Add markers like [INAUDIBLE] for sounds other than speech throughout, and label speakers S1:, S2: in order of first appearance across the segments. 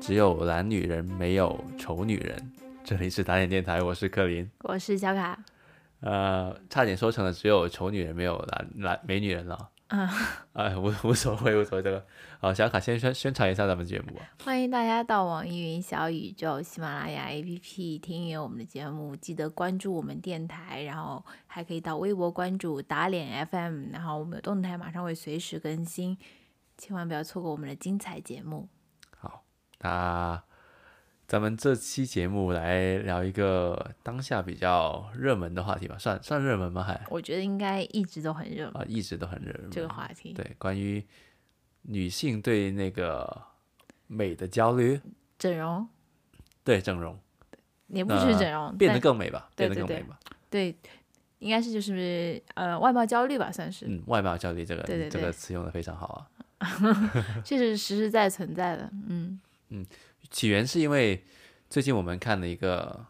S1: 只有懒女人，没有丑女人。这里是打点电台，我是柯林。
S2: 我是小卡，
S1: 呃，差点说成了只有丑女人，没有懒懒美女人了。
S2: 啊，
S1: [LAUGHS] 哎，无无所谓，无所谓这个。好，小卡先宣宣传一下咱们节目吧。
S2: 欢迎大家到网易云小宇宙、喜马拉雅 APP 听一听我们的节目，记得关注我们电台，然后还可以到微博关注打脸 FM，然后我们有动态马上会随时更新，千万不要错过我们的精彩节目。
S1: 那咱们这期节目来聊一个当下比较热门的话题吧，算算热门吗？还
S2: 我觉得应该一直都很热门
S1: 啊，一直都很热门。
S2: 这个话题，
S1: 对，关于女性对那个美的焦虑，
S2: 整容
S1: 对整容，
S2: 也不止
S1: 呃
S2: 整容，
S1: 变得
S2: 但
S1: 更美吧，
S2: 对
S1: 变得更
S2: 对
S1: 美
S2: 对
S1: 吧。
S2: 对，应该是就是呃外貌焦虑吧，算是，
S1: 嗯，外貌焦虑这个
S2: 对对
S1: 这个
S2: 对
S1: 词用的非常好啊。
S2: 这是实实在存在的，嗯，
S1: 起源是因为最近我们看了一个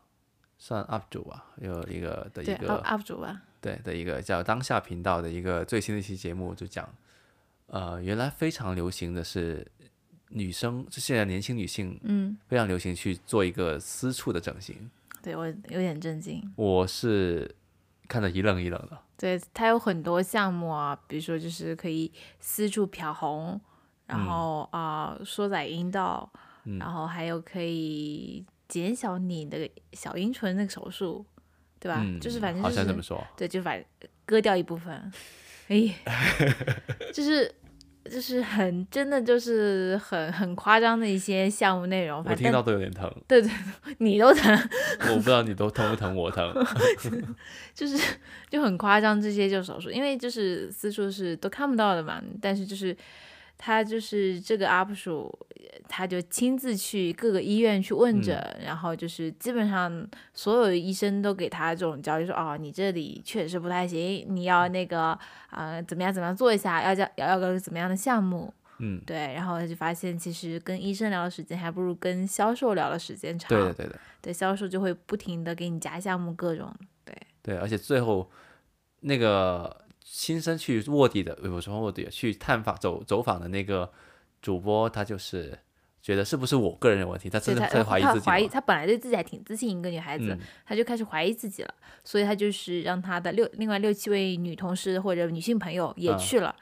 S1: 算 UP 主吧，有一个的一
S2: 对
S1: 个
S2: ，up up 主吧，
S1: 对的一个叫当下频道的一个最新的一期节目，就讲，呃，原来非常流行的是女生，就现在年轻女性
S2: 嗯，
S1: 非常流行去做一个私处的整形，
S2: 对我有点震惊。
S1: 我是看得一愣一愣的。
S2: 对，它有很多项目啊，比如说就是可以私处漂红，
S1: 嗯
S2: 然后啊、缩窄阴道，然后还有可以减小你的小阴唇那个手术，对吧？
S1: 嗯，
S2: 就是反正
S1: 好
S2: 就
S1: 像这么
S2: 是
S1: 说，
S2: 对，就反割掉一部分，
S1: [LAUGHS]
S2: 哎，就是。就是很真的，就是很很夸张的一些项目内容，
S1: 我
S2: 反
S1: 听到
S2: 正
S1: 都有点疼，
S2: 对对，对你都疼，
S1: 我不知道你都疼不疼，我
S2: [LAUGHS]
S1: 疼。
S2: 就是就很夸张，这些就手术，因为就是私处是都看不到的嘛。但是就是他就是这个 UP 主，呃他就亲自去各个医院去问诊，然后就是基本上所有医生都给他这种教育，说哦，你这里确实不太行，你要那个啊、呃怎么样怎么样做一下，要叫要要个怎么样的项目。
S1: 嗯，
S2: 对，然后他就发现，其实跟医生聊的时间还不如跟销售聊的时间长。
S1: 对的，对的。
S2: 对销售就会不停的给你加项目，各种
S1: 对，而且最后那个亲身去卧底的，呃不是卧底，去探访走走访的那个主播，他就是觉得是不是我个人有问题，他
S2: 所
S1: 真的
S2: 以他
S1: 在怀疑
S2: 他
S1: 自己
S2: 怀疑
S1: 吗。
S2: 他本来对自己还挺自信一个女孩子，
S1: 嗯
S2: 她就开始怀疑自己了，所以她就是让她的六另外六七位女同事或者女性朋友也
S1: 啊
S2: 去了，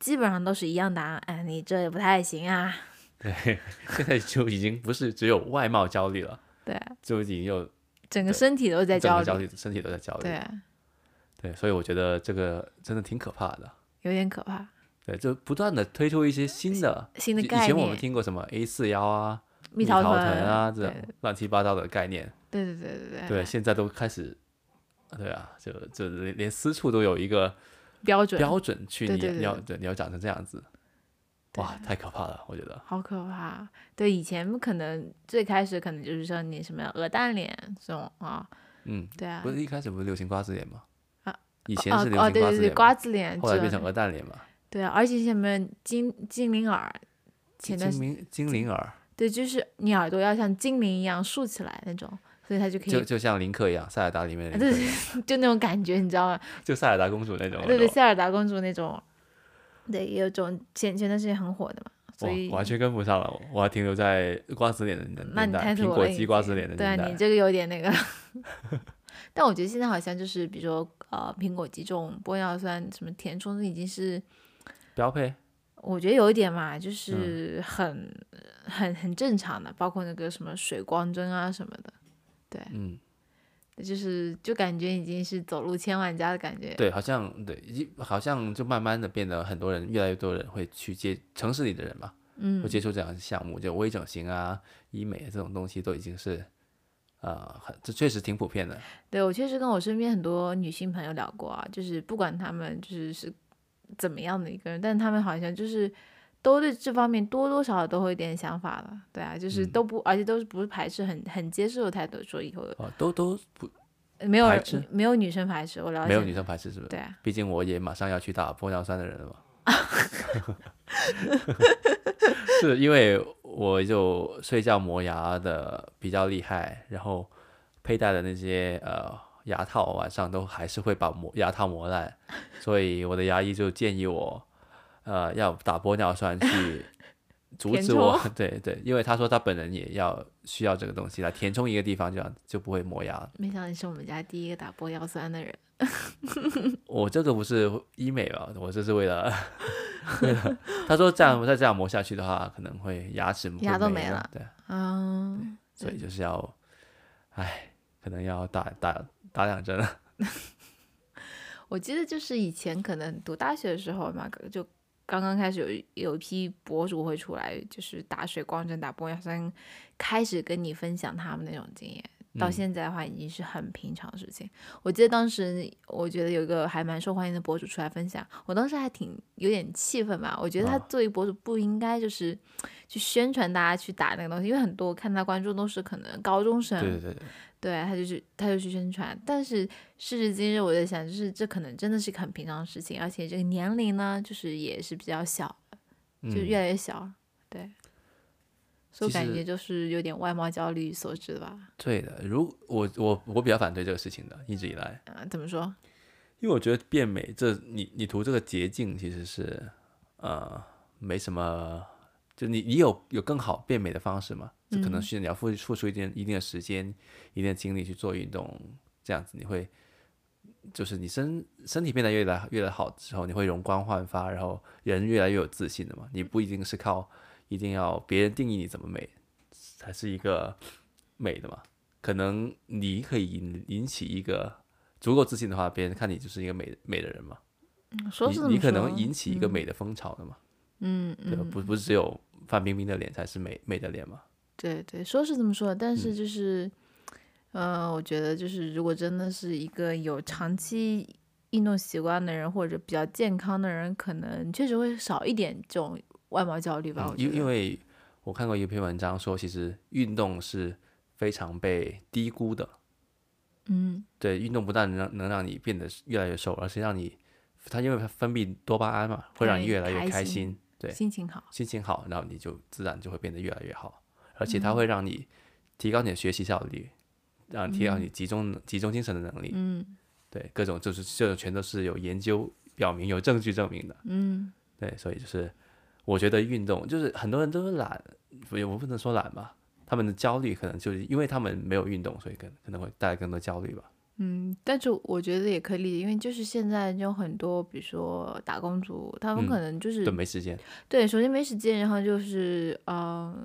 S2: 基本上都是一样答案，哎，你这也不太行啊，
S1: 对，现在就已经不是只有外貌焦虑了，
S2: [LAUGHS] 对，
S1: 就已经有
S2: 整个身体都在
S1: 整
S2: 焦
S1: 个
S2: 虑，
S1: 焦虑，身体都在焦虑。
S2: 对，
S1: 对，所以我觉得这个真的挺可怕的。
S2: 有点可怕，
S1: 对，就不断的推出一些新的，
S2: 新的
S1: 以
S2: 概
S1: 前我们
S2: 念，
S1: 听过什么 A 四幺啊、
S2: 蜜
S1: 桃
S2: 桃
S1: 臀
S2: 臀
S1: 啊这种
S2: 对
S1: 乱七八糟的概念。
S2: 对对对对
S1: 对，现在都开始，对啊，就就连连私处都有一个
S2: 标准
S1: 标准去，
S2: 对
S1: 你
S2: 对对
S1: 你要对你要长成这样子，
S2: 对啊
S1: 哇，太可怕了，我觉得。
S2: 好可怕！对，以前可能最开始可能就是像你什么鹅蛋脸这种啊，
S1: 嗯，
S2: 对啊
S1: 不，是一开始不是流行瓜子脸吗？
S2: 啊，
S1: 以前
S2: 哦
S1: 是流
S2: 哦
S1: 行
S2: 对
S1: 瓜
S2: 对
S1: 子
S2: 对，
S1: 脸
S2: 瓜
S1: 嘛，
S2: 子脸
S1: 后
S2: 这
S1: 来
S2: 种
S1: 变成鹅蛋脸嘛，
S2: 对啊，而且什么精精灵耳，前段时
S1: 精灵精灵耳，
S2: 对，就是你耳朵要像精灵一样竖起来那种，所以它就可以
S1: 就就像林克一样，塞尔达里面的
S2: 啊
S1: 林
S2: 对
S1: 克一样，
S2: [LAUGHS] 就那种感觉，你知道吗？
S1: 就塞尔达公主那种，
S2: 对对，塞尔达公主那种，对，也有种前前段时间很火的嘛，所以
S1: 我完全跟不上了，我还停留在瓜子脸的年
S2: 那
S1: 年
S2: 你
S1: 代，
S2: 太
S1: 苹
S2: 土
S1: 果
S2: 了
S1: 肌
S2: 已
S1: 瓜
S2: 经
S1: 子脸的
S2: 对啊，
S1: 年
S2: 你
S1: 代，
S2: 这个有点那个。 [LAUGHS] 但我觉得现在好像就是，比如说呃，苹果肌这种玻尿酸什么填充，已经是
S1: 标配，
S2: 我觉得有一点嘛，
S1: 嗯
S2: 就是很、很很正常的，包括那个什么水光针啊什么的。
S1: 嗯，
S2: 就是就感觉已经是走入千万家的感觉。
S1: 对，好像对，已经好像就慢慢的变得很多人，越来越多人会去接城市里的人嘛，
S2: 嗯
S1: 会，接触这样的项目，就微整形啊、医美这种东西都已经是，呃，很这确实挺普遍的。
S2: 对我确实跟我身边很多女性朋友聊过啊，就是不管她们就是是怎么样的一个人，但她们好像就是都对这方面多多少少都会有点想法了。对啊，
S1: 嗯
S2: 就是都不，而且都是不是排斥，很很接受的态度，说以后
S1: 哦，都都不
S2: 呃没有
S1: 排
S2: 人
S1: 斥
S2: 没有女生排斥，我了解。
S1: 没有女生排斥，是不是？
S2: 对啊，
S1: 毕竟我也马上要去打玻尿酸的人了嘛。是因为我就睡觉磨牙的比较厉害，然后佩戴的那些呃牙套，晚上都还是会把磨牙套磨烂，所以我的牙医就建议我，呃，要打玻尿酸
S2: [LAUGHS]
S1: 去阻
S2: 填
S1: 止我，
S2: 充
S1: [LAUGHS] 对对，因为他说他本人也要需要这个东西来填充一个地方，这样就不会磨牙了。
S2: 没想到你是我们家第一个打玻尿酸的人，
S1: 我这个不是医美啊，我这是为了为了，他说这样我再这样磨下去的话，可能会牙齿
S2: 牙
S1: 会
S2: 都
S1: 没
S2: 没了
S1: 对，
S2: 嗯，
S1: 所以就是要，唉，可能要打打打两针了。
S2: 我记得就是以前可能读大学的时候嘛，就刚刚开始有一有一批博主会出来，就是打水光针、打玻尿酸，开始跟你分享他们那种经验。到
S1: 嗯
S2: 现在的话，已经是很平常的事情。我记得当时，我觉得有一个还蛮受欢迎的博主出来分享，我当时还挺有点气愤吧。我觉得他
S1: 啊
S2: 作为博主不应该就是去宣传大家去打那个东西，因为很多我看他观众都是可能高中生，
S1: 对对对对，
S2: 对，他就去，他就去宣传。但是时至今日，我在想，就是这可能真的是一个很平常的事情，而且这个年龄呢，就是也是比较小，就
S1: 嗯
S2: 越来越小了。对，所以我
S1: 其
S2: 感
S1: 实
S2: 觉就是有点外貌焦虑所致吧。
S1: 对的，如我我我比较反对这个事情的，一直以来，
S2: 嗯、怎么说？
S1: 因为我觉得变美这你你图这个捷径其实是呃没什么，就你你有有更好变美的方式吗？就可能是你要付付出一定一定的时间、一定的精力去做运动，这样子你会就是你身身体变得越来越来好之后，你会容光焕发，然后人越来越有自信的嘛。你不一定是靠一定要别人定义你怎么美才是一个美的嘛，可能你可以引引起一个足够自信的话，别人看你就是一个美美的人嘛。
S2: 嗯说是
S1: 你
S2: 这么
S1: 你可
S2: 说
S1: 能引起一个美的风潮的嘛，
S2: 嗯
S1: 对吧？
S2: 嗯，
S1: 不不是只有范冰冰的脸才是美美的脸嘛？
S2: 对对，说是这么说，但是就是，嗯、我觉得就是，如果真的是一个有长期运动习惯的人，或者比较健康的人，可能确实会少一点这种外貌焦虑吧。我
S1: 嗯
S2: 觉
S1: 因
S2: 得
S1: 因为我看过一篇文章说，其实运动是非常被低估的。
S2: 嗯，
S1: 对，运动不但能让能让你变得越来越瘦，而且让你它因为它分泌多巴胺嘛，会让你
S2: 对
S1: 越来越
S2: 开
S1: 开
S2: 心
S1: 心对，
S2: 心情好，
S1: 心情好，然后你就自然就会变得越来越好，而且
S2: 嗯
S1: 它会让你提高你的学习效率，让你提高你集中、集中精神的能力。
S2: 嗯
S1: 对，各种就是这种全都是有研究表明、有证据证明的。
S2: 嗯
S1: 对，所以就是我觉得运动就是很多人都是懒，不也我不能说懒吧，他们的焦虑可能就是因为他们没有运动，所以可能可能会带来更多焦虑吧。
S2: 嗯。但是我觉得也可以理解，因为就是现在有很多，比如说打工族，他们
S1: 嗯
S2: 可能就是、
S1: 对，没时间。
S2: 对，首先没时间，然后就是呃，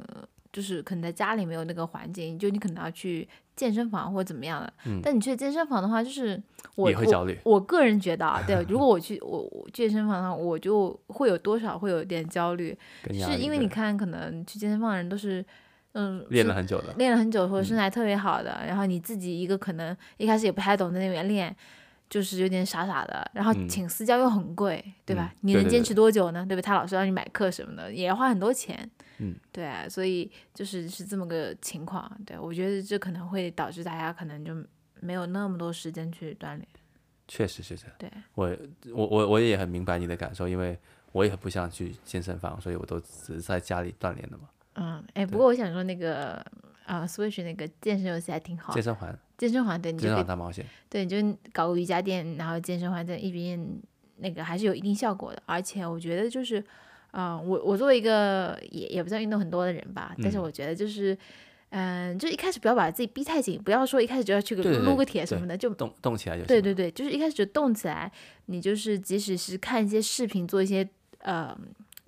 S2: 就是可能在家里没有那个环境，就你可能要去健身房或者怎么样的。但你去健身房的话，就是我
S1: 嗯也会
S2: 我
S1: 焦虑
S2: 我个人觉得啊，
S1: [LAUGHS]
S2: 对，如果我去我我健身房的话，我就会有多少会有点焦虑，
S1: 跟压
S2: 是
S1: 力
S2: 因为
S1: 对
S2: 你看，可能去健身房的人都是。嗯，
S1: 练
S2: 身
S1: 了很久的，
S2: 练了很久或者
S1: 嗯
S2: 身材特别好的，然后你自己一个可能一开始也不太懂在那边练，就是有点傻傻的，然后
S1: 嗯
S2: 请私教又很贵，对吧？
S1: 嗯
S2: 你
S1: 对
S2: 能
S1: 对
S2: 坚
S1: 对
S2: 持多久呢？对吧？他老是让你买课什么的，也要花很多钱。
S1: 嗯，
S2: 对啊、所以就是是这么个情况。对我觉得这可能会导致大家可能就没有那么多时间去锻炼。
S1: 确实确实。
S2: 对，
S1: 我我我我也很明白你的感受，因为我也很不想去健身房，所以我都只是在家里锻炼的嘛。
S2: 嗯，哎，不过我想说那个啊、s w i t c h 那个健身游戏还挺好
S1: 健，身环，
S2: 健身环对哦你
S1: 健身
S2: 就可以
S1: 环大冒险。
S2: 对，你就搞个瑜伽垫，然后健身环在一边那个还是有一定效果的。而且我觉得就是，啊、我我作为一个也也不算运动很多的人吧，但是
S1: 嗯
S2: 我觉得就是，嗯、就一开始不要把自己逼太紧，不要说一开始就要去个
S1: 对对
S2: 撸
S1: 对
S2: 个铁什
S1: 对
S2: 么的，就
S1: 动动起来就行。
S2: 对对对，就是一开始就动起来，你就是即使是看一些视频，做一些呃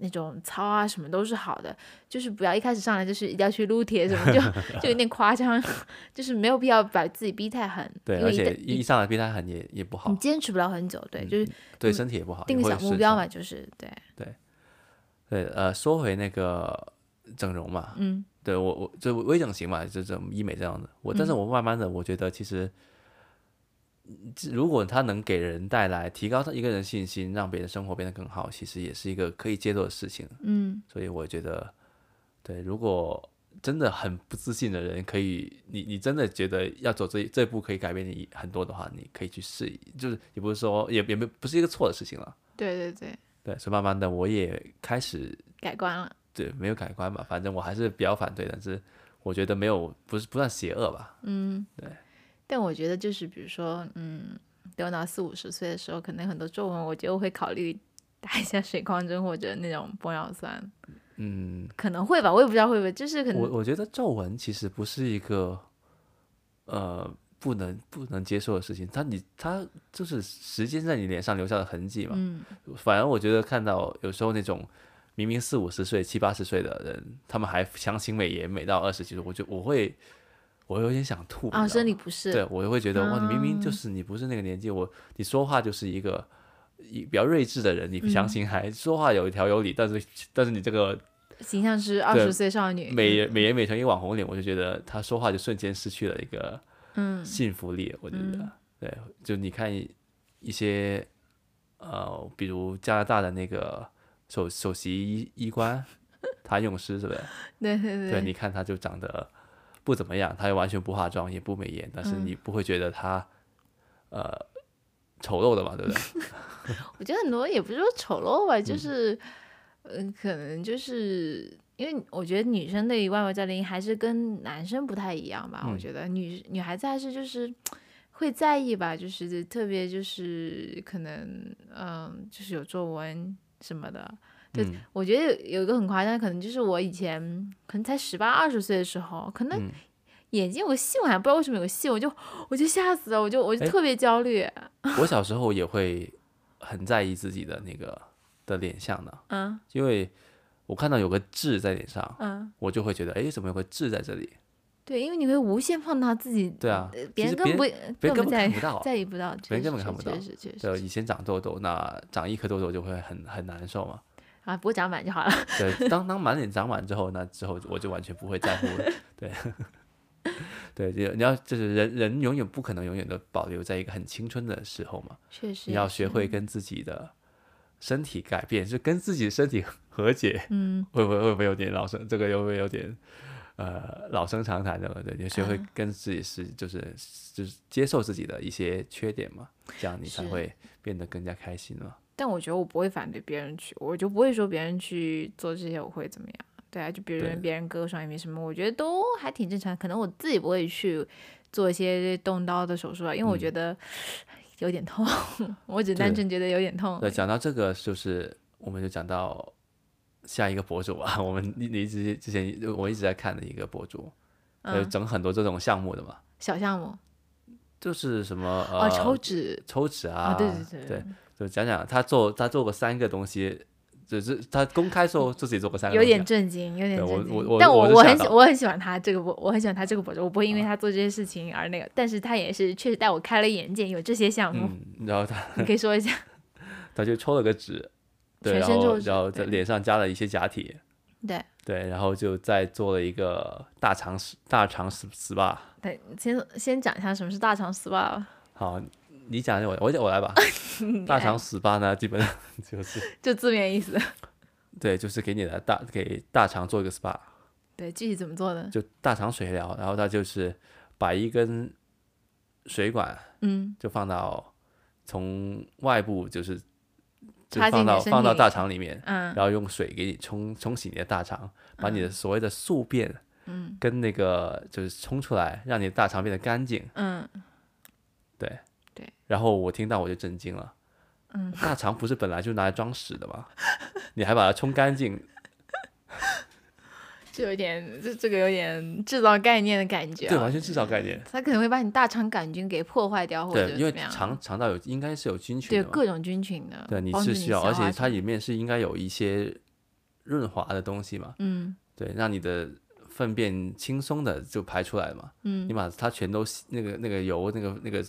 S2: 那种操啊什么都是好的，就是不要一开始上来就是一定要去撸铁什
S1: [LAUGHS]
S2: 么，就就有点夸张， [LAUGHS] 就是没有必要把自己逼太狠，
S1: 对，
S2: 因
S1: 而
S2: 为一
S1: 且
S2: 旦
S1: 一一上来逼他狠也也不好
S2: 你，坚持不了很久，对，就是
S1: 对身体也不好，
S2: 嗯定
S1: 也
S2: 个
S1: 嗯会
S2: 小目
S1: 损
S2: 标
S1: 伤
S2: 嘛，就是对，
S1: 对，呃，说回那个整容嘛，
S2: 嗯，
S1: 对我我就微整形嘛，就这种医美这样的。我
S2: 嗯
S1: 但是我慢慢的，我觉得其实，嗯如果他能给人带来提高一个人信心，让别人生活变得更好，其实也是一个可以接受的事情。
S2: 嗯，
S1: 所以我觉得，对，如果真的很不自信的人，可以，你你真的觉得要走这这步可以改变你很多的话，你可以去试一，就是也不是说也也没不是一个错的事情了。
S2: 对对对，
S1: 对，所以慢慢的我也开始
S2: 改观了，
S1: 对，没有改观吧，反正我还是比较反对，但是我觉得没有不是不算邪恶吧，
S2: 但我觉得就是比如说，嗯，等我到四五十岁的时候，可能很多皱纹，我觉得我会考虑打一下水光针或者那种玻尿酸，
S1: 嗯，
S2: 可能会吧，我也不知道会不会，就是可
S1: 我
S2: 能
S1: 我觉得皱纹其实不是一个呃不能不能接受的事情，它你它就是时间在你脸上留下的痕迹嘛。
S2: 嗯
S1: 反而我觉得看到有时候那种明明四五十岁、七八十岁的人，他们还强行美颜美到二十几岁，我就我会我会有点想吐。
S2: 啊，
S1: 你知道
S2: 生理
S1: 吗
S2: 不适，
S1: 对，我就会觉得哇，你明明就是你不是那个年纪，我你说话就是一个一比较睿智的人，你强行还说话有条有理，但是但是你这个
S2: 形象是二十岁少女，
S1: 美美颜美成一网红脸，我就觉得他说话就瞬间失去了一个
S2: 嗯
S1: 信服力。我觉得，对，就你看一一些呃，比如加拿大的那个首首席医医官，他用师是不是？
S2: 对对
S1: 对，你看他就长得不怎么样，他完全不化妆，也不美颜，但是
S2: 嗯
S1: 你不会觉得他、呃丑陋的嘛，对不对？ [LAUGHS]
S2: 我觉得很多也不是说丑陋吧，就是，嗯、可能就是因为我觉得女生对于外貌焦虑还是跟男生不太一样吧。我
S1: 嗯
S2: 觉得女女孩子还是就是会在意吧，就是特别就是可能嗯、就是有皱纹什么的。对
S1: 嗯
S2: 我觉得有有一个很夸张的，可能就是我以前可能才十八二十岁的时候，可能
S1: 嗯
S2: 眼睛有个细纹，还不知道为什么有个细纹，我就我就吓死了，我就我就
S1: 哎
S2: 特别焦虑。
S1: 我小时候也会很在意自己的那个的脸相的，
S2: 嗯
S1: 因为我看到有个痣在脸上，
S2: 嗯，
S1: 我就会觉得，哎，怎么有个痣在这里？
S2: 对，因为你会无限放大自己
S1: 对啊，
S2: 呃别
S1: 其
S2: 人
S1: 实
S2: 根本不
S1: 别
S2: 会
S1: 别人根本
S2: 不在
S1: 看
S2: 意
S1: 不到。
S2: [LAUGHS] 在意不到，确
S1: 别人根
S2: 实
S1: 本看不到
S2: 确实确
S1: 对，
S2: 实
S1: 以前长痘痘，那长一颗痘痘就会很很难受嘛。
S2: 啊，不过长满就好了。 [LAUGHS]
S1: 对，当当满脸长满之后，那之后我就完全不会在乎。对， [LAUGHS] 对，就你要就是人人永远不可能永远的保留在一个很青春的时候嘛，
S2: 确实
S1: 你要
S2: 也
S1: 学
S2: 是
S1: 会跟自己的身体改变，就跟自己的身体和解。
S2: 嗯，
S1: 会不会会不会有点老生？这个会不会有点呃老生常谈的？对，你学会
S2: 啊
S1: 跟自己是、就是就是接受自己的一些缺点嘛，这样你才
S2: 是
S1: 会变得更加开心嘛。
S2: 但我觉得我不会反对别人去，我就不会说别人去做这些我会怎么样。对啊，就别
S1: 对
S2: 人别人割双眼皮什么，我觉得都还挺正常。可能我自己不会去做一些动刀的手术啊，因为我
S1: 嗯
S2: 觉得有点痛， [LAUGHS] 我只单
S1: 对
S2: 纯觉得有点痛。
S1: 对，讲到这个，就是我们就讲到下一个博主吧。 [LAUGHS] 我们你你之前之前我一直在看的一个博主，他就
S2: 嗯，
S1: 整很多这种项目的嘛，
S2: 小项目
S1: 就是什么
S2: 哦，
S1: 呃
S2: 抽脂
S1: 抽脂啊，
S2: 啊，对对
S1: 对，就讲讲他做他做过三个东西。就是他公开说自己做过三个
S2: 有
S1: 东西啊，
S2: 点震惊，有点
S1: 对
S2: 震
S1: 我
S2: 惊。
S1: 我我
S2: 但
S1: 我
S2: 我
S1: 是
S2: 我
S1: 吓
S2: 很喜
S1: 到嗯
S2: 我很喜欢他这个博，我很喜欢他这个博主，我不会因为他做这些事情而那个，但是他也是确实带我开了眼界，有这些项目，
S1: 嗯，然后他
S2: 你可以说
S1: [LAUGHS]
S2: 一下。
S1: 他就抽了个纸，对，
S2: 全
S1: 然
S2: 身
S1: 后
S2: 抽纸
S1: 然后在
S2: 对
S1: 脸上加了一些假体，
S2: 对，
S1: 对，然后就再做了一个大肠 s- 大肠 s- SPA。
S2: 对，先先讲一下什么是大肠 SPA 吧，
S1: 好，你讲我我我来
S2: [LAUGHS]
S1: 吧。大肠 SPA 呢，基本上就是
S2: 就字面意思。 [LAUGHS]
S1: 对，就是给你的大给大肠做一个 SPA，
S2: 对，具体怎么做呢？
S1: 就大肠水疗，然后他就是把一根水管
S2: 嗯，
S1: 就放到从外部就是就
S2: 插进
S1: 放
S2: 你的
S1: 到
S2: 身
S1: 放到
S2: 体
S1: 大
S2: 里
S1: 肠里面，
S2: 嗯，
S1: 然后用水给你冲冲洗你的大肠，把你的所谓的宿便，
S2: 嗯，
S1: 跟那个就是冲出来，让你的大肠变得干净。
S2: 嗯，
S1: 对，
S2: 对。
S1: 然后我听到我就震惊了，
S2: 嗯，
S1: 大肠不是本来就拿来装屎的吗？ [LAUGHS] 你还把它冲干净，
S2: 这有点，这这个有点制造概念的感觉、
S1: 对，
S2: 啊
S1: 完。全制造概念。
S2: 他可能会把你大肠杆菌给破坏掉，或者
S1: 对，
S2: 怎
S1: 因为
S2: 么样？
S1: 肠肠道有应该是有菌群
S2: 对
S1: 的嘛，
S2: 各种菌群的，
S1: 对，你
S2: 帮助
S1: 是
S2: 你
S1: 需要，
S2: 消
S1: 而
S2: 化
S1: 且
S2: 什
S1: 它
S2: 么
S1: 里面是应该有一些润滑的东西嘛，
S2: 嗯
S1: 对，让你的粪便轻松的就排出来嘛。
S2: 嗯
S1: 你，把它全都洗那个那个油那个那个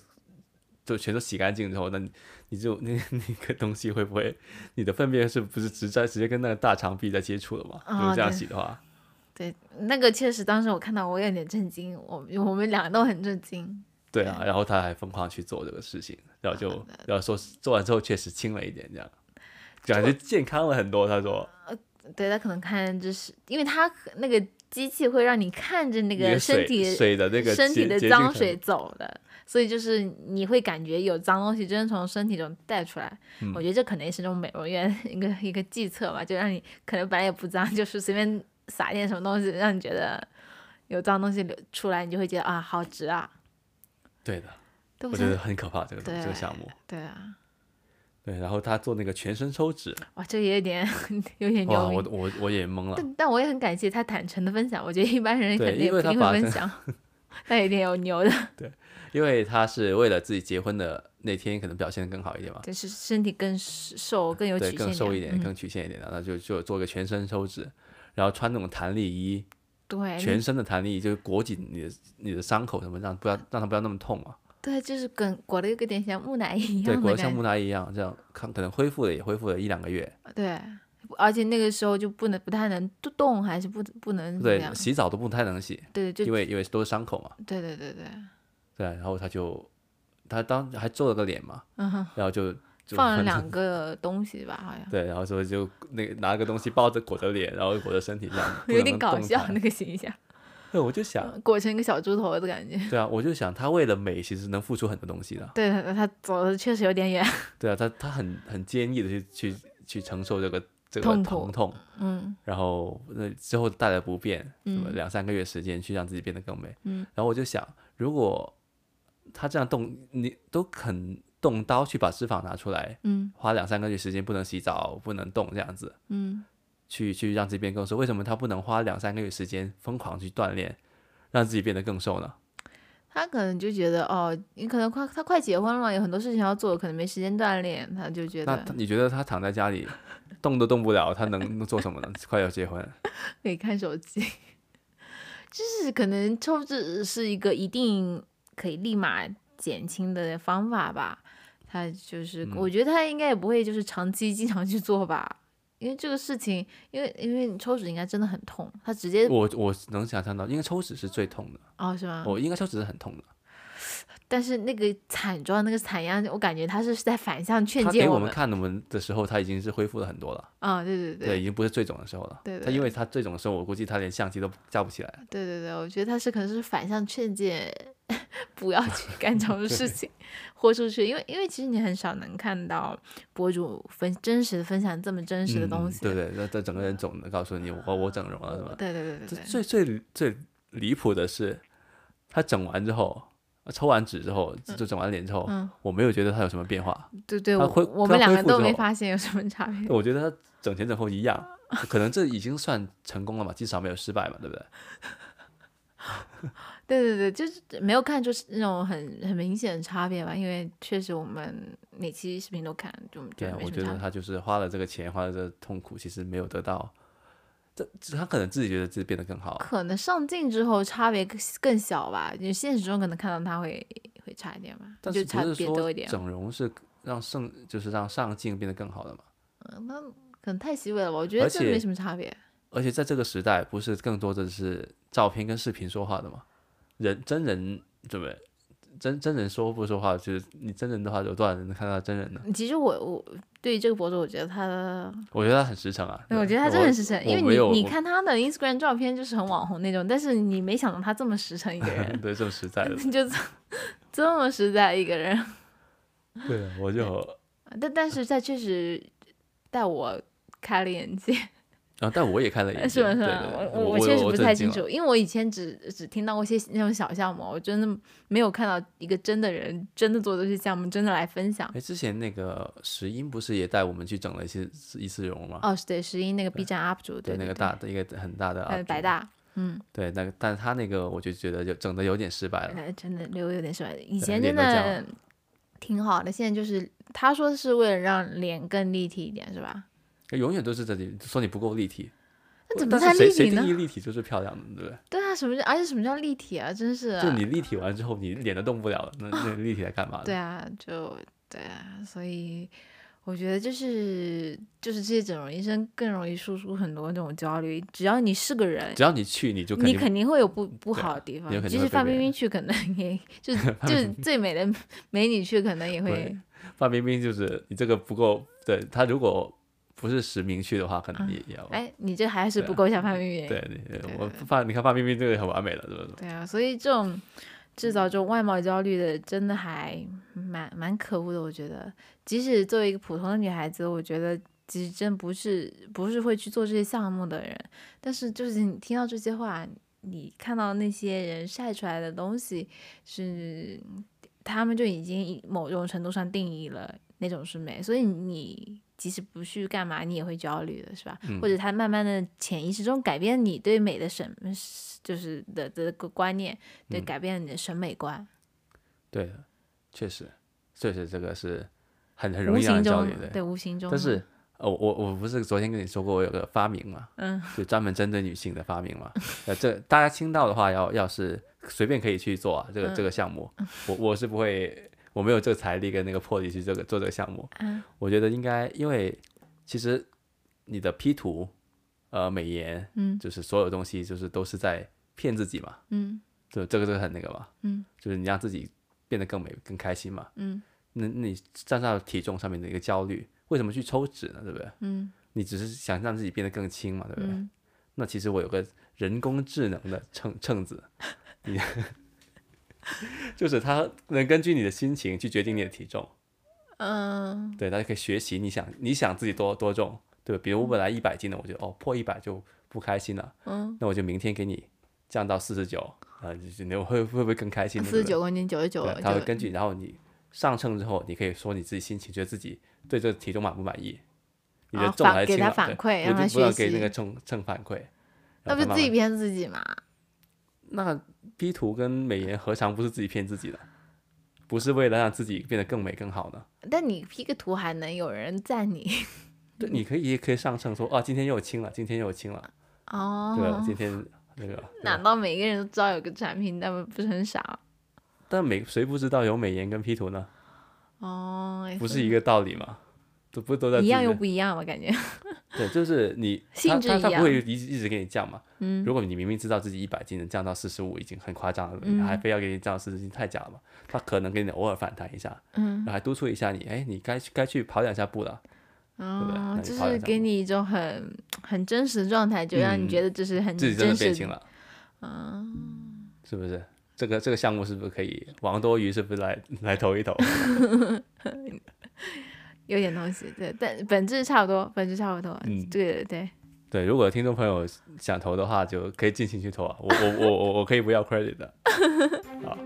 S1: 就全都洗干净之后，那你你就 [LAUGHS] 那那个东西会不会你的粪便是不是直在直接跟那个大肠壁在接触了嘛？如果
S2: 啊
S1: 这样
S2: 对
S1: 洗的话，
S2: 对，那个确实，当时我看到我有点震惊，我我们两个都很震惊。
S1: 对啊，然后他还疯狂去做这个事情，然后就然后说做完之后确实轻了一点，这样感觉健康了很多。他说
S2: 对他可能看就是，因为他那个机器会让你看着那
S1: 那个
S2: 个身
S1: 水
S2: 体
S1: 水的那个
S2: 身体
S1: 洁
S2: 的
S1: 洁净
S2: 脏
S1: 程
S2: 水走的，所以就是你会感觉有脏东西真的从身体中带出来。
S1: 嗯
S2: 我觉得这可能也是那种美容院一个一个计策吧，就让你可能本来也不脏，就是随便撒一点什么东西，让你觉得有脏东西流出来，你就会觉得啊好值啊。
S1: 度对的，
S2: 对
S1: 我
S2: 不
S1: 觉
S2: 对
S1: 得？很可怕这个东
S2: 对
S1: 这个项目。
S2: 对啊，
S1: 对，然后他做那个全身抽脂，
S2: 哇，这也有点 [LAUGHS] 有点
S1: 哇，
S2: 牛
S1: 我
S2: 逼。
S1: 我我也懵了。
S2: 但但我也很感谢他坦诚的分享，我觉得一般人
S1: 对
S2: 肯定
S1: 因为
S2: 不一
S1: 他
S2: 定
S1: 把
S2: 会分
S1: 这
S2: 享， [LAUGHS] 但有点有牛的，
S1: 因为他是为了自己结婚的那天可能表现得更好一点嘛，
S2: 就是身体更瘦、更有
S1: 对，
S2: 曲线
S1: 更瘦一点，
S2: 嗯
S1: 更曲线一点，然后就就做个全身抽脂，然后穿那种弹力衣，
S2: 对，
S1: 全身的弹力就是裹紧你的你的伤口什么，让不要让它不要那么痛嘛，
S2: 对，就是跟裹的有点像木乃伊一
S1: 对，
S2: 样
S1: 裹
S2: 的
S1: 得像
S2: 感
S1: 木
S2: 觉。
S1: 乃伊一样，这样看可能恢复了也恢复了一两个月，
S2: 对，而且那个时候就不能不太能动，还是不不能怎么
S1: 对
S2: 样，？
S1: 洗澡都不太能洗，
S2: 对，嗯就
S1: 因为因为都是伤口嘛，
S2: 对对对对，
S1: 对，然后他就他当还做了个脸嘛，
S2: 嗯哼，
S1: 然后就就
S2: 放了
S1: 很
S2: 两个东西吧，好像，
S1: 对，然后说就那个拿个东西包着裹着脸，然后裹着身体这样
S2: [LAUGHS] 有点搞笑
S1: 笑。
S2: 那个形象，
S1: 对，我就
S2: [LAUGHS]
S1: 想，
S2: 裹成一个小猪头的感觉。 [LAUGHS]
S1: 对啊，我就想他为了美其实能付出很多东西的，
S2: 对，他他走的确实有点远， [LAUGHS]
S1: 对啊，他他很很坚毅的去去去承受这个这个
S2: 痛
S1: 疼
S2: 苦
S1: 痛，
S2: 嗯，
S1: 然后那之后带来不便，什么
S2: 嗯
S1: 两三个月时间去让自己变得更美，
S2: 嗯，
S1: 然后我就想，如果他这样动，你都肯动刀去把脂肪拿出来，
S2: 嗯
S1: 花两三个月时间不能洗澡，不能动这样子，
S2: 嗯，
S1: 去去让自己变更瘦，为什么他不能花两三个月时间疯狂去锻炼，让自己变得更瘦呢？
S2: 他可能就觉得哦，你可能快他快结婚了，有很多事情要做，可能没时间锻炼，他就觉
S1: 那
S2: 得
S1: 他你觉得他躺在家里动都动不了，他能能做什么呢？快要结婚，
S2: [LAUGHS] 可以看手机， [LAUGHS] 就是可能抽脂是一个一定可以立马减轻的方法吧。他就是，我
S1: 嗯
S2: 觉得他应该也不会就是长期经常去做吧，因为这个事情，因为因为你抽脂应该真的很痛，他直接
S1: 我我能想象到，因为抽脂是最痛的，
S2: 哦是吗？
S1: 我应该抽脂是很痛的。
S2: 但是那个惨状那个惨样，我感觉他是在反向劝
S1: 他
S2: 诫
S1: 给我
S2: 们
S1: 们，看我们的时候，他已经是恢复了很多了，
S2: 啊、对对对
S1: 对，已经不是最肿的时候了。
S2: 对对
S1: 他因为他最肿的时候，我估计他连相机都架不起来。
S2: 对对对，我觉得他是可能是反向劝诫， [LAUGHS] 不要去
S1: [LAUGHS]
S2: 干这种事情，豁出去，因为因为其实你很少能看到博主分真实的分享这么真实的东
S1: 嗯
S2: 西。
S1: 对对，那这整个人肿的，告诉你我我整容了是吧？
S2: 对对对
S1: 这
S2: 对对
S1: 最最最离谱的是，他整完之后，抽完脂之后，就整完脸之后，
S2: 嗯
S1: 我没有觉得他有什么变化。
S2: 对对，
S1: 他
S2: 我
S1: 恢
S2: 我
S1: 他
S2: 们两
S1: 恢
S2: 个
S1: 复
S2: 都
S1: 之
S2: 没
S1: 后
S2: 发现有什么差别。 [LAUGHS]
S1: 我觉得他整前整后一样，可能这已经算成功了嘛，至少没有失败嘛，对不对？
S2: 对对对，就是没有看出是那种很很明显的差别吧，因为确实我们每期视频都看，就
S1: 对
S2: 觉
S1: 啊
S2: 得，没
S1: 我
S2: 什
S1: 觉
S2: 么差
S1: 得
S2: 别。
S1: 他就是花了这个钱，花了这个痛苦，其实没有得到。这这他可能自己觉得自己变得更好啊，
S2: 可能上镜之后差别更更小吧，你现实中可能看到他会会差一点吧，
S1: 但
S2: 就是差
S1: 不是
S2: 别多
S1: 说
S2: 一点。啊
S1: 整容是让上就是让上镜变得更好的嘛？
S2: 嗯那可能太细微了吧？我觉得
S1: 而
S2: 这没
S1: 且
S2: 什么差别。
S1: 而且在这个时代，不是更多的是照片跟视频说话的嘛？人真人怎么真真人说不说话？就是你真人的话，有多少人能看到真人呢？
S2: 其实我我对于这个博主，我觉得他，
S1: 我觉得他很实诚啊，
S2: 我觉得他真的实诚，因
S1: 我
S2: 为
S1: 没有
S2: 你你
S1: 我
S2: 看他的 Instagram 照片就是很网红那种，但是你没想到他这么实诚一个
S1: [LAUGHS]
S2: 人， [LAUGHS]
S1: 对，这么实在的，
S2: 就这 [LAUGHS] 这么实在一个人。 [LAUGHS]
S1: 对啊，我就
S2: 但但是他确实带我开了眼界，
S1: 啊，但我也看了一眼，
S2: [LAUGHS] 是吧？是
S1: 对
S2: 吧？
S1: 对
S2: 我
S1: 我
S2: 确实不太
S1: 我震惊
S2: 清。
S1: 了
S2: 楚，因为我以前只只听到过一些那种小项目，我真的没有看到一个真的人真的做这些项目，真的来分享。
S1: 哎，之前那个石英不是也带我们去整了一些一次容吗？
S2: 哦，是对，石英那个 B 站 UP 主，对
S1: 啊那个
S2: 对
S1: 大的一个很大的
S2: 呃，
S1: UP
S2: 百
S1: 主
S2: 大，
S1: 对那个，但他那个我就觉得就整的有点失败了，
S2: 呃，真的留有点什么，以
S1: 对
S2: 前真
S1: 脸都这样
S2: 的挺好的，现在就是他说是为了让脸更立体一点，是吧？
S1: 永远都是这里说你不够立体，
S2: 那怎么
S1: 但
S2: 才
S1: 是谁
S2: 立
S1: 谁
S2: 体
S1: 定义
S2: 呢？
S1: 立体就是漂亮的，对不对？
S2: 对啊，什么叫而且什么叫立体啊？真是
S1: 就你立体完之后，你脸都动不了了，那那立体来干嘛呢？
S2: 对啊，就对啊，所以我觉得就是就是这些整容医生更容易输出很多这种焦虑，只要你是个人。
S1: 只要你去，你就肯
S2: 你
S1: 定
S2: 肯定会有不不
S1: 对啊
S2: 好的地方
S1: 你有，肯
S2: 即
S1: 定
S2: 使
S1: 会被
S2: 范
S1: 别
S2: 冰
S1: 人
S2: 冰去，可
S1: [LAUGHS]
S2: 能也就就最美的美女去，可能也会
S1: 对范冰冰就是你这个不够，对她如果不是实名去的话，可能也也要。
S2: 哎，你这还是
S1: 对
S2: 不
S1: 啊
S2: 够像范冰
S1: [LAUGHS]
S2: 冰。
S1: 对，你
S2: 对
S1: 我范，你看范冰冰这个很完美了，对不对？
S2: 对啊，所以这种制造这种外貌焦虑的，真的还蛮蛮可恶的。我觉得，即使作为一个普通的女孩子，我觉得其实真不是不是会去做这些项目的人，但是就是你听到这些话，你看到那些人晒出来的东西是。他们就已经以某种程度上定义了那种是美，所以你即使不去干嘛，你也会焦虑的，是吧？或者他慢慢的潜意识中改变你对美的审，就是的的个观念，
S1: 嗯
S2: 对，改变了你的审美观，
S1: 对的，确实，确实这个是很很
S2: 无
S1: 容易让
S2: 形
S1: 人焦
S2: 中
S1: 虑的。
S2: 对，无形中，
S1: 但是，呃，我我我不是昨天跟你说过我有个发明嘛，
S2: 嗯，
S1: [LAUGHS] 就专门针对女性的发明嘛。呃，这大家听到的话要，要是随便可以去做啊，这个、
S2: 嗯
S1: 这个项目，我我是不会，我没有这个财力跟那个魄力去这个做这个项目。
S2: 嗯
S1: 我觉得应该，因为其实你的 P 图，呃，美颜，
S2: 嗯
S1: 就是所有东西就是都是在骗自己嘛，
S2: 嗯
S1: 就这个这个很那个嘛，
S2: 嗯，
S1: 就是你让自己变得更美、更开心嘛。
S2: 嗯
S1: 那那你站到体重上面的一个焦虑，为什么去抽脂呢？对不对？
S2: 嗯
S1: 你只是想让自己变得更轻嘛，对不对？
S2: 嗯，
S1: 那其实我有个人工智能的秤秤子，你 [LAUGHS] 就是它能根据你的心情去决定你的体重，
S2: 嗯
S1: 对，它就可以学习你想你想自己多多重，对吧，比如我本来一百斤的，我就哦破一百就不开心了，
S2: 嗯，
S1: 那我就明天给你降到四十九，啊，就是你会会不会更开心？
S2: 四十九公斤，九十九
S1: 对，，它会根据，然后你上秤之后，你可以说你自己心情，觉得自己对这个体重满不满意，你的
S2: 啊
S1: 重
S2: 反
S1: 还是
S2: 给
S1: 轻
S2: 它
S1: 了
S2: 反
S1: 对
S2: 馈
S1: 我
S2: 让它
S1: 就不要
S2: 学
S1: 给那
S2: 习
S1: 个秤秤反馈，
S2: 那
S1: 然
S2: 不
S1: 后它慢
S2: 是自己
S1: 慢
S2: 骗自己嘛？
S1: 那 P 图跟美颜何尝不是自己骗自己的？不是为了让自己变得更美更好呢？
S2: 但你 P 个图还能有人赞你 [LAUGHS]
S1: 对，你可以也可以上秤说啊，今天又轻了，今天又轻了，
S2: 哦
S1: 对，吧？今天那
S2: [LAUGHS]
S1: 个，对啊
S2: 难
S1: 吧
S2: 道每个人都知道有个产品，他们不是很傻？
S1: 但美谁不知道有美颜跟 P 图呢？
S2: 哦，也
S1: 不是一个道理嘛？都不都在
S2: 一样
S1: 自己
S2: 又
S1: 的
S2: 不一样吧？感觉， [LAUGHS]
S1: 对，就是你
S2: 性质
S1: 他
S2: 一
S1: 他他
S2: 样
S1: 不会一直一直给你降嘛。
S2: 嗯
S1: 如果你明明知道自己一百斤能降到四十五已经很夸张了，你
S2: 嗯
S1: 还非要给你降到四十斤，太假了嘛。他可能给你偶尔反弹一下，
S2: 嗯，
S1: 然后还督促一下你，哎，你该去该去跑两下步了。对那
S2: 哦，
S1: 你
S2: 就
S1: 跑
S2: 是
S1: 两下
S2: 给
S1: 步
S2: 你一种很很真实的状态，就让你
S1: 嗯
S2: 觉得这是很
S1: 自己真的
S2: 真
S1: 变
S2: 实
S1: 轻了，
S2: 啊。
S1: 是不是？这个这个项目是不是可以？王多鱼是不是来来投
S2: [LAUGHS]
S1: 一投？
S2: 有点东西，对，但本质差不多，本质差不多，
S1: 嗯
S2: 对对
S1: 对，如果听众朋友想投的话，就可以尽情去投啊。我我我我我可以不要 credit 的。好，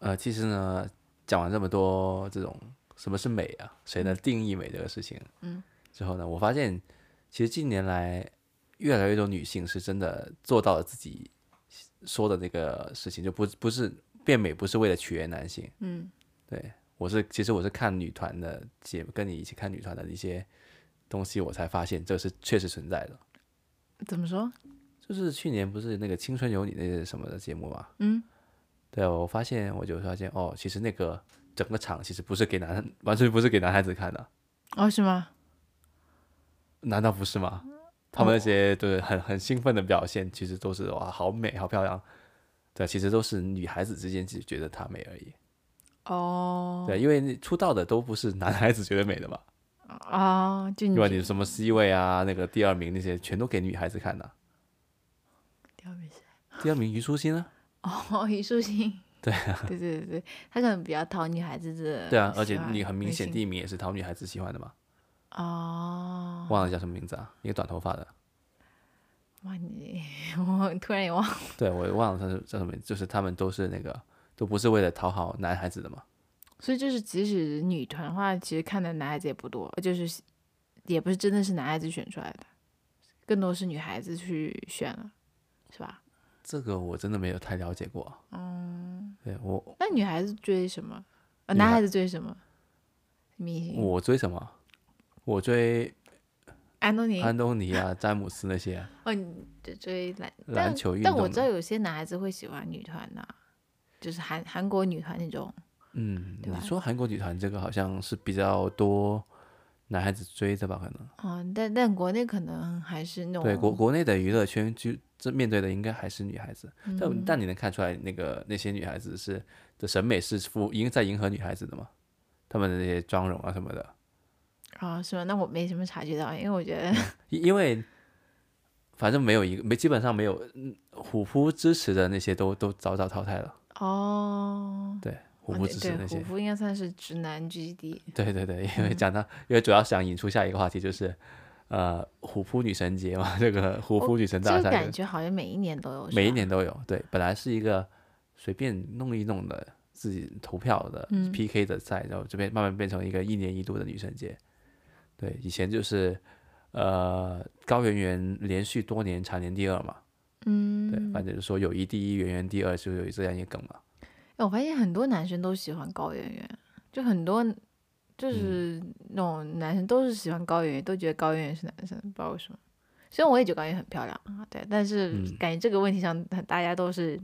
S1: 呃，其实呢，讲完这么多这种什么是美啊，谁能定义美这个事情，
S2: 嗯，
S1: 之后呢，我发现其实近年来越来越多女性是真的做到了自己说的那个事情，就不不是变美，不是为了取悦男性，
S2: 嗯
S1: 对，我是其实我是看女团的节目，跟你一起看女团的一些东西，我才发现这是确实存在的。
S2: 怎么说？
S1: 就是去年不是那个《青春有你》那些什么的节目嘛，
S2: 嗯，
S1: 对啊，我发现我就发现哦，其实那个整个场其实不是给男，完全不是给男孩子看的，
S2: 哦，是吗？
S1: 难道不是吗？他们那
S2: 哦
S1: 些对很很兴奋的表现，其实都是哇，好美，好漂亮。对，其实都是女孩子之间只觉得她美而已。
S2: 哦，
S1: 对，因为那出道的都不是男孩子觉得美的嘛。
S2: 哦，就你
S1: 对吧？你什么 C 位啊，那个第二名那些，全都给女孩子看的。
S2: 第二名是
S1: 第二名虞书欣啊，
S2: 哦，虞书欣，
S1: 对
S2: 啊，对对对，他可能比较讨女孩子的
S1: 对啊，而且
S2: 喜欢
S1: 你很明
S2: 类
S1: 显
S2: 型
S1: 第一名也是讨女孩子喜欢的嘛，
S2: 哦，
S1: 忘了叫什么名字啊，一个短头发的，
S2: 哇你，我突然也忘了
S1: 对我也忘了他是叫什么名字，就是他们都是那个都不是为了讨好男孩子的嘛，
S2: 所以就是，即使女团的话，其实看的男孩子也不多，就是也不是真的是男孩子选出来的，更多是女孩子去选了，是吧？
S1: 这个我真的没有太了解过。
S2: 嗯，
S1: 对我
S2: 那女孩子追什么？呃，
S1: 女
S2: 男
S1: 孩
S2: 孩子追什么？明星
S1: 我追什么？我追
S2: 安东尼
S1: 安东尼啊、詹姆斯那些啊
S2: 哦，你追追篮
S1: 篮球运
S2: 但
S1: 动
S2: 我
S1: 的。
S2: 知道有些男孩子会喜欢女团的、就是韩韩国女团那种。
S1: 嗯，
S2: 对
S1: 你
S2: 吧
S1: 说韩国女团这个好像是比较多男孩子追的吧？可能。
S2: 嗯，但但国内可能还是那种
S1: 对国国内的娱乐圈，就这面对的应该还是女孩子，但
S2: 嗯
S1: 但你能看出来，那个那些女孩子是的审美是服迎在迎合女孩子的嘛？她们的那些妆容啊什么的，
S2: 啊、是吗？那我没什么察觉到，因为我觉
S1: [LAUGHS]
S2: 得
S1: 因因为反正没有一个没基本上没有嗯虎扑支持的那些都都早早淘汰了，
S2: 哦，
S1: 对虎
S2: 哦
S1: 扑
S2: 对
S1: 支持
S2: 对
S1: 那些
S2: 虎，扑应该算是直男 GD。嗯
S1: 对对对，因为讲到因为主要想引出下一个话题就是。呃虎扑女神节嘛，这个虎扑女神
S2: 哦这
S1: 大
S2: 个
S1: 赛
S2: 感
S1: 的，
S2: 觉好像每一年都有，是啊
S1: 每一
S2: 吧
S1: 年都有。对，本来是一个随便弄一弄的自己投票的
S2: 嗯
S1: PK 的赛，然后这边慢慢变成一个一年一度的女神节。对，以前就是呃高圆圆连续多年蝉联第二嘛，
S2: 嗯，
S1: 对，反正就说友谊第一，圆圆第二，就有这样一个梗嘛。
S2: 哎我发现很多男生都喜欢高圆圆，就很多
S1: 嗯
S2: 就是那种男生都是喜欢高圆圆，都觉得高圆圆是男生，不知道为什么。虽然我也觉得高圆圆很漂亮啊，对，但是
S1: 嗯
S2: 感觉这个问题上大家都是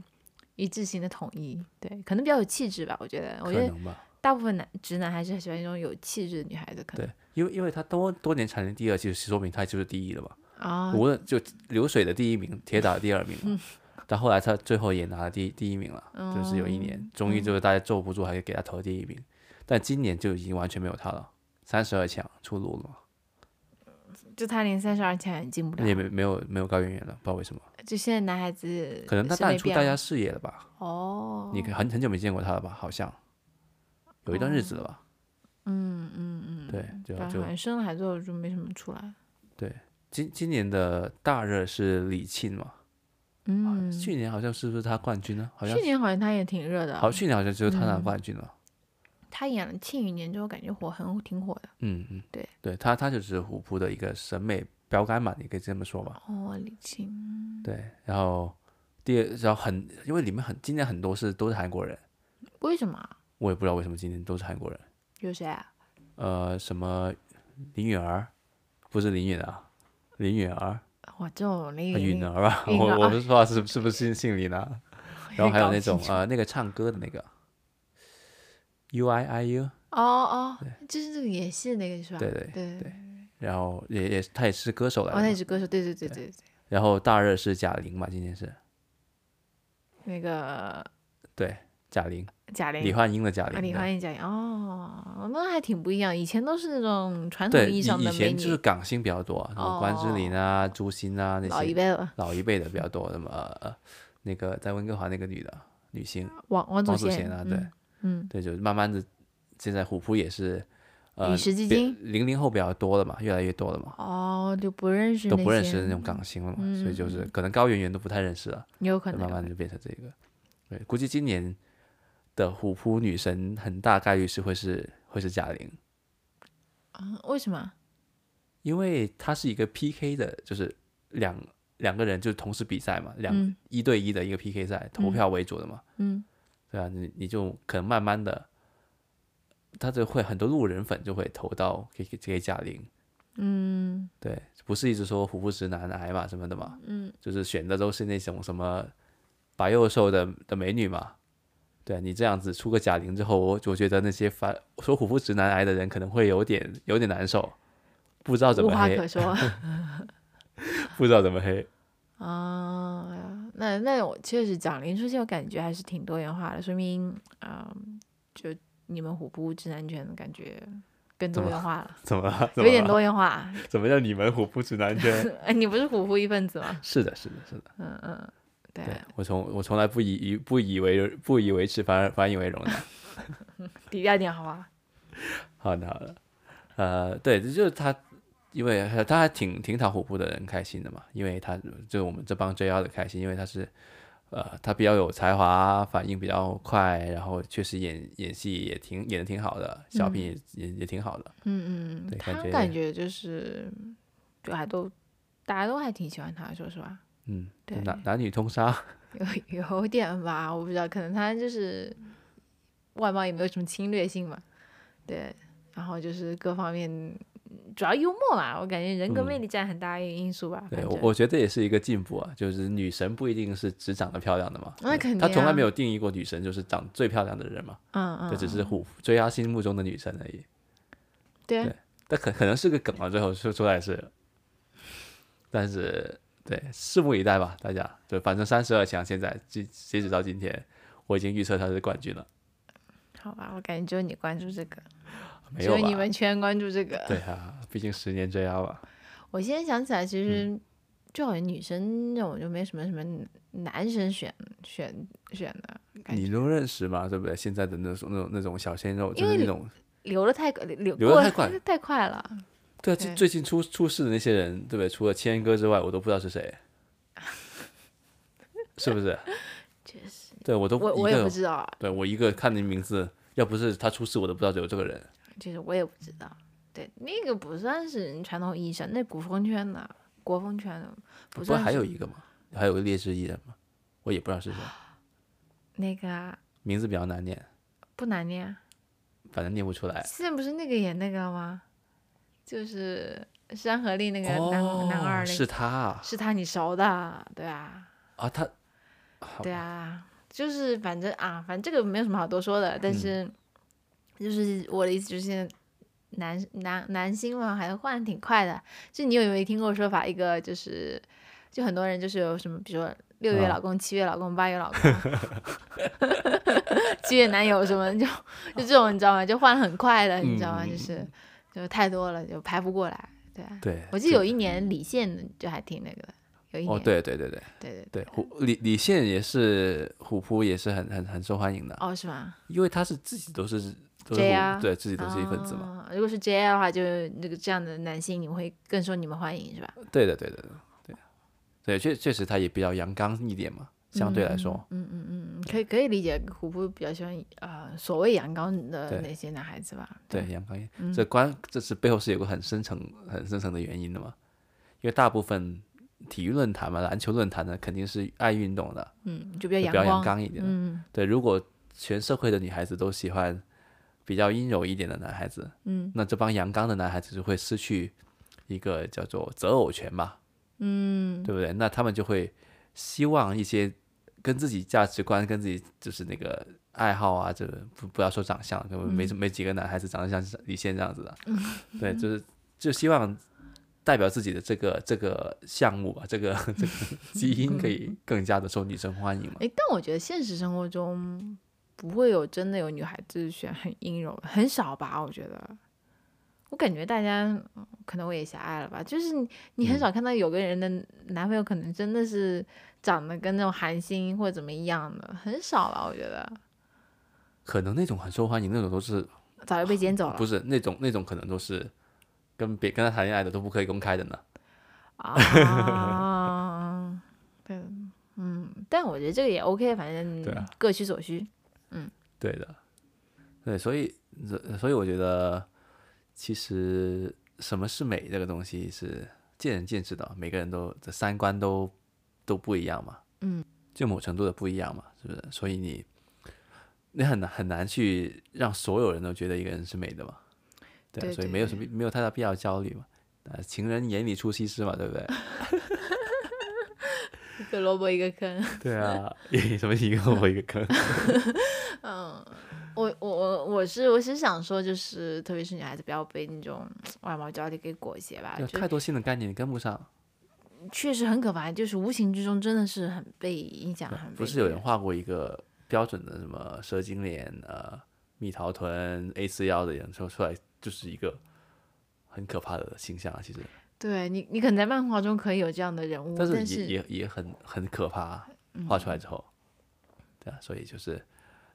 S2: 一致性的统一，对，可能比较有气质吧。我觉得，我
S1: 可
S2: 觉得
S1: 能吧，
S2: 大部分男直男还是喜欢那种有气质的女孩子，可能
S1: 对，因为因为他多多年蝉联第二，其实说明他就是第一了嘛。
S2: 啊，嗯
S1: 无论就流水的第一名，铁打的第二名嘛。但后来他最后也拿了第第一名了，
S2: 哦
S1: 就是有一年，
S2: 嗯
S1: 终于就是大家坐不住，还给他投第一名。但今年就已经完全没有他了，三十二强出炉了嘛，
S2: 就他连三十二强也进不
S1: 也
S2: 了，
S1: 没没有没有高圆圆了，不知道为什么，
S2: 就现在男孩子
S1: 可能他
S2: 审美
S1: 淡出
S2: 变
S1: 大
S2: 了
S1: 家视野了吧？
S2: 哦，
S1: 你很很久没见过他了吧？好像有一段日子了吧？
S2: 嗯嗯哦嗯，
S1: 对，就
S2: 反正
S1: 就
S2: 好像生了孩子后就没什么出来。
S1: 今今年的大热是李沁嘛？啊
S2: 嗯，
S1: 去年好像是不是他冠军呢？好像
S2: 去年好像他也挺热的啊，
S1: 好，去年好像只有他拿
S2: 嗯
S1: 冠军了。
S2: 他演了《庆余年》之后，感觉火很挺火的。
S1: 嗯嗯，
S2: 对，
S1: 对他他就是虎扑的一个审美标杆嘛，你可以这么说吧。
S2: 哦，李沁，
S1: 对，然后第二，然后很，因为里面很今年很多是都是韩国人，
S2: 为什么啊
S1: 我也不知道为什么今年都是韩国人。
S2: 有谁啊？
S1: 呃，什么林允儿，不是林允啊，林允儿，
S2: 我这种那
S1: 呃
S2: 个
S1: 允儿吧？
S2: 允
S1: 我
S2: 儿
S1: 我不知道是是不是姓姓林啊。然后还有那种
S2: 啊，
S1: 呃，那个唱歌的那个 U I I U，
S2: 哦哦，就是那个演戏的那个是吧？
S1: 对对
S2: 对
S1: 对然后也也他也是歌手来
S2: 哦，他也
S1: 的嘛。
S2: 是歌手，对对对对对，
S1: 然后大热是贾玲嘛，今年是
S2: 那个
S1: 对贾玲。
S2: 贾玲
S1: 李焕英的贾
S2: 啊，
S1: 玲，
S2: 李
S1: 对
S2: 焕英贾玲，哦，那还挺不一样。以前都是那种传统
S1: 对
S2: 意
S1: 以
S2: 义上
S1: 以
S2: 的美
S1: 前就是
S2: 女，哦
S1: 港星比较多，什么关之琳啊、朱星啊那
S2: 老一
S1: 些
S2: 辈了，
S1: 老一辈的比较多，什么呃那个在温哥华那个女的女星
S2: 王王
S1: 王
S2: 哦祖
S1: 祖贤啊，对，
S2: 嗯，
S1: 对，就是慢慢的现在虎扑也是呃
S2: 与时俱进
S1: 零零后比较多了嘛，越来越多了嘛，
S2: 哦，就不认识
S1: 都
S2: 那
S1: 不认
S2: 些
S1: 识那种港星了嘛，所以就是
S2: 嗯
S1: 可能高圆圆都不太认识了，
S2: 有可
S1: 就
S2: 能
S1: 慢
S2: 有
S1: 慢
S2: 可
S1: 地就变成这个，对，估计今年的虎扑女神很大概率是会是会是贾玲。
S2: 能啊为什么？
S1: 因为它是一个 PK 的，就是两两个人就是同时比赛嘛，两、
S2: 嗯
S1: 一对一的一个 PK 赛，投票为主的嘛，
S2: 嗯，
S1: 对啊，你你就可能慢慢的，他就会很多路人粉就会投到给给给贾玲，嗯，对，不是一直说虎扑直男癌嘛什么的嘛，嗯，就是选的都是那种什么白幼瘦的的美女嘛。对啊你这样子出个贾玲之后，我我觉得那些反说虎扑直男癌的人可能会有点有点难受，不知道怎
S2: 无
S1: 么
S2: 话
S1: 黑。
S2: 可说
S1: [LAUGHS] 不知道怎么黑。
S2: 啊。那那我确实讲林出现，我感觉还是挺多元化的，说明啊、就你们虎扑直男圈的感觉更多
S1: 怎么
S2: 元化了，
S1: 怎么
S2: [LAUGHS]
S1: 了？
S2: 有点
S1: 怎么了啊
S2: 多元化。 [LAUGHS]
S1: 怎么叫你们虎扑指南圈？
S2: 哎，你不是虎扑一份子吗？
S1: 是的，是的，是的。
S2: 嗯嗯，对
S1: 对我从我从来不以以不以为不以为耻，反而反以为
S2: [LAUGHS]
S1: 荣的。
S2: 低调点好啊吧。
S1: 好的，好的。呃，对，这就是他，因为呃他还挺挺讨虎扑的人开心的嘛，因为他就我们这帮 JR 的开心，因为他是呃他比较有才华，反应比较快，然后确实演演戏也挺演的挺好的，小品也、也也挺好的。
S2: 嗯嗯嗯，
S1: 对
S2: 他
S1: 感觉
S2: 感觉就是就还都大家都还挺喜欢他，说实话。
S1: 嗯，就
S2: 对
S1: 男男女通杀。
S2: 有 [LAUGHS] 有点吧，我不知道，可能他就是外貌也没有什么侵略性嘛，对，然后就是各方面嗯主要幽默嘛，我感觉人格魅力占很大一个因素吧。
S1: 对
S2: 反
S1: 我，
S2: 正
S1: 我觉得也是一个进步啊，就是女神不一定是只长得漂亮的嘛，
S2: 那肯定
S1: 她从来
S2: 啊
S1: 没有定义过女神就是长最漂亮的人嘛，
S2: 嗯
S1: 这、
S2: 嗯，
S1: 只
S2: 嗯
S1: 是虎追她心目中的女神而已。
S2: 对啊
S1: 对但可可能是个梗啊，最后说出来是，但是对，拭目以待吧，大家。就反正三十二强现在截截止到今天，我已经预测她是冠军了，
S2: 好吧，我感觉只有你关注这个，
S1: 没
S2: 只
S1: 有
S2: 有
S1: 吧？
S2: 你们圈关注这个。
S1: 对啊，毕竟十年追 R 吧，
S2: 我现在想起来，其实
S1: 嗯
S2: 就好像女生那种就没什么什么男生选选选的感觉，
S1: 你都认识嘛，对不对？现在的那种那种那种小鲜肉，就
S2: 因
S1: 是
S2: 为
S1: 那
S2: 你
S1: 种
S2: 流的太流
S1: 流得
S2: 过
S1: 太快
S2: 太快了，
S1: 对啊，最
S2: 对
S1: 最近出出事的那些人，对不对？除了谦哥之外，我都不知道是谁，是不是？
S2: [LAUGHS] 确实，
S1: 对我都
S2: 我
S1: 一
S2: 我也
S1: 个
S2: 不，知道啊，
S1: 对我一个看你名字，要不是他出事，我都不知道有这个人。
S2: 其实我也不知道。对，那个不算是传统意义上，那古风圈的，国风圈的，不
S1: 不
S2: 算
S1: 过
S2: 是
S1: 还有一个嘛，还有个劣质艺人嘛，我也不知道是谁，
S2: 那个啊
S1: 名字比较难念，
S2: 不难念啊。
S1: 反正念不出来。
S2: 现在不是那个演那个吗？就是《山河令》那个男、男
S1: 哦，
S2: 二那个，
S1: 是他啊
S2: 是他你熟的啊，对啊，
S1: 啊，他
S2: 对啊，就是反正啊，反正这个没有什么好多说的，
S1: 嗯
S2: 但是、就是我的意思就是现在。男男男星嘛，还换的挺快的。就你有没有听过说法？一个就是，就很多人就是有什么，比如说六月
S1: 啊
S2: 老公、七月老公、八月老公、七月男友什么，就就这种你知道吗？就换的很快的，你知道吗？
S1: 嗯嗯
S2: 就是就太多了，就排不过来。对啊，
S1: 对，
S2: 我记得
S1: 这
S2: 有一年李现就还挺那个的，有一年、
S1: 哦，对对对对
S2: 对对
S1: 对，虎李李现也是虎扑也是很很很受欢迎的，
S2: 哦是吗？
S1: 因为他是自己都是都是
S2: 对啊
S1: 虎对自己都是一份子嘛，
S2: 啊如果是 JL 的话，就是那个这样的男性，你会更受你们欢迎是吧？
S1: 对的对的对的
S2: 哦
S1: 对，确确实他也比较阳刚一点嘛，相对来说，
S2: 嗯嗯嗯嗯，可以可以理解，虎扑比较喜欢呃所谓阳刚
S1: 对
S2: 的那些男孩子吧？
S1: 对，阳刚一点
S2: 嗯
S1: 这关这是背后是有个很深层很深层的原因的嘛，因为大部分体育论坛嘛，篮球论坛呢肯定是爱运动的，
S2: 嗯，就比较
S1: 就比
S2: 阳
S1: 较
S2: 光，
S1: 阳刚一点的，
S2: 嗯
S1: 对，如果全社会的女孩子都喜欢比较阴柔一点的男孩子，
S2: 嗯
S1: 那这帮阳刚的男孩子就会失去一个叫做择偶权嘛，
S2: 嗯，
S1: 对不对？那他们就会希望一些跟自己价值观、跟自己就是那个爱好啊，这个不不要说长相，根本
S2: 嗯
S1: 没没几个男孩子长得像李现这样子的，对，就是就希望。代表自己的这个这个项目吧，这个 [LAUGHS] 这个基因可以更加的受女生欢迎嘛？
S2: 哎，但我觉得现实生活中不会有真的有女孩子选很阴柔，很少吧？我觉得，我感觉大家嗯可能我也狭隘了吧，就是你你
S1: 嗯
S2: 很少看到有个人的男朋友可能真的是长得跟那种韩星或者怎么样的，很少吧？我觉得
S1: 可能那种很受欢迎，那种都是
S2: 早就被捡走了
S1: 啊不是那种那种可能都是跟别跟他谈恋爱的都不可以公开的呢。
S2: 啊。对，嗯，但我觉得这个也 OK，反正
S1: 对啊
S2: 各取所需。
S1: 对的，对，所以所以我觉得其实什么是美这个东西是见仁见智的，每个人都这三观都都不一样嘛，
S2: 嗯，
S1: 就某程度的不一样嘛，是不是？所以你你很难很难去让所有人都觉得一个人是美的嘛，对啊，
S2: 对
S1: 所以
S2: 对
S1: 没有什么没有太大必要焦虑嘛。呃，情人眼里出西施嘛，对不对？
S2: 一个萝卜一个坑。
S1: [LAUGHS] 对啊，什么一个我一个坑。
S2: 嗯，我我我我是我是想说，就是特别是女孩子，不要被那种外貌焦虑给裹挟吧，
S1: 有
S2: 就
S1: 啊太多新的概念你跟不上。
S2: 确实很可怕，就是无形之中真的是很被影响，很
S1: 不
S2: 被
S1: 是有
S2: 那
S1: 人
S2: 个
S1: 画过一个标准的什么蛇精脸、呃蜜桃臀、A 四腰的人，说出来就是一个很可怕的形象啊，其实，
S2: 对你，你可能在漫画中可以有这样的人物，
S1: 但
S2: 但
S1: 是也也也很很可怕啊，画出来之后，对啊，所以就是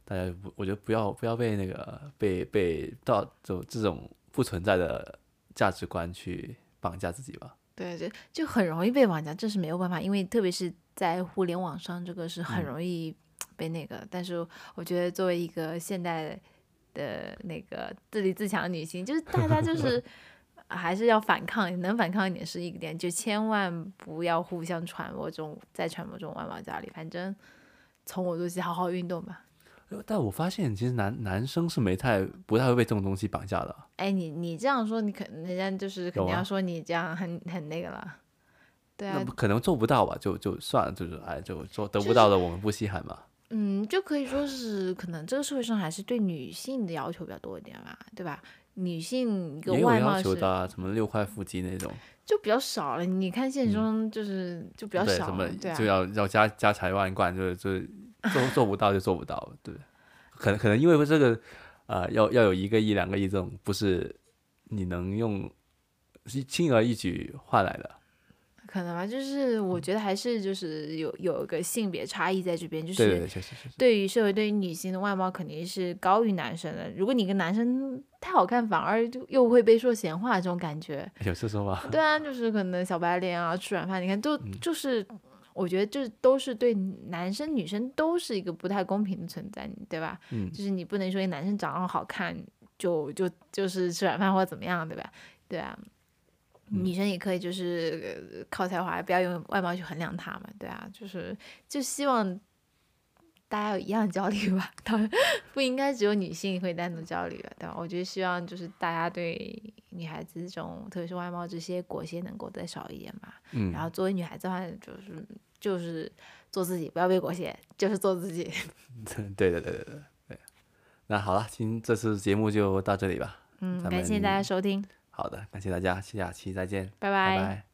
S1: 大家不，我觉得不要不要被那个被被到这这种不存在的价值观去绑架自己吧。
S2: 对对，就很容易被绑架，这是没有办法，因为特别是在互联网上，这个是很
S1: 嗯
S2: 容易被那个。但是我觉得作为一个现代的那个自立自强的女
S1: [LAUGHS]
S2: 性，就是大家就是还是要反抗，能反抗一点是一点，就千万不要互相传播这种再传播这种外貌焦虑。反正从我做起，好好运动吧。
S1: 呃但我发现，其实男男生是没太不太会被这种东西绑架的啊。
S2: 哎，你你这样说，你肯人家就是肯
S1: 有
S2: 定
S1: 啊
S2: 要说你这样很很那个了。对啊
S1: 那，不可能做不到吧？就就算了，就是哎，就做得
S2: 就
S1: 不到的，我们不稀罕嘛。
S2: 嗯，就可以说是可能这个社会上还是对女性的要求比较多一点吧，对吧？女性一个
S1: 也有
S2: 外貌
S1: 要求
S2: 是
S1: 的、啊，什么六块腹肌那种，
S2: 就比较少了，你看现实中就是、就比较
S1: 嗯对，
S2: 少
S1: 什么
S2: 了，对
S1: 就
S2: 啊，
S1: 要要家家财万贯，就是就是做做不到就做不到，对不对？可能可能因为这个，呃，要要有一个亿两个亿这种，不是你能用是轻而易举换来的，
S2: 可能吧，就是
S1: 嗯
S2: 我觉得还是就是有有一个性别差异在这边，就
S1: 对对
S2: 是
S1: 对，确实确实。
S2: 对于社会对于女性的外貌肯定是高于男生的。如果你跟男生太好看，反而就又会被说闲话这种感觉。
S1: 有哎这说法，
S2: 对啊，就是可能小白脸啊、吃软饭，你看都就是，我觉得这都是对男生女生都是一个不太公平的存在，对吧？
S1: 嗯
S2: 就是你不能说一男生长得好看就就就是吃软饭或者怎么样，对吧？对啊，女生也可以就是呃靠才华，不要用外貌去衡量她嘛，对啊，就是就希望。大家有一样的焦虑吧， [LAUGHS] 当然不应该只有女性会单独焦虑吧，对吧？我觉得希望就是大家对女孩子这种，特别是外貌这些裹挟能够再少一点吧。
S1: 嗯
S2: 然后作为女孩子的话，就是就是做自己，不要被裹挟，就是做自己。
S1: [LAUGHS] 对对对对对对。那好了，今这次节目就到这里吧。
S2: 嗯，
S1: 咱
S2: 感谢大
S1: 们
S2: 家收听，
S1: 好的，感谢大家，下期再见，
S2: 拜
S1: 拜
S2: 拜
S1: 拜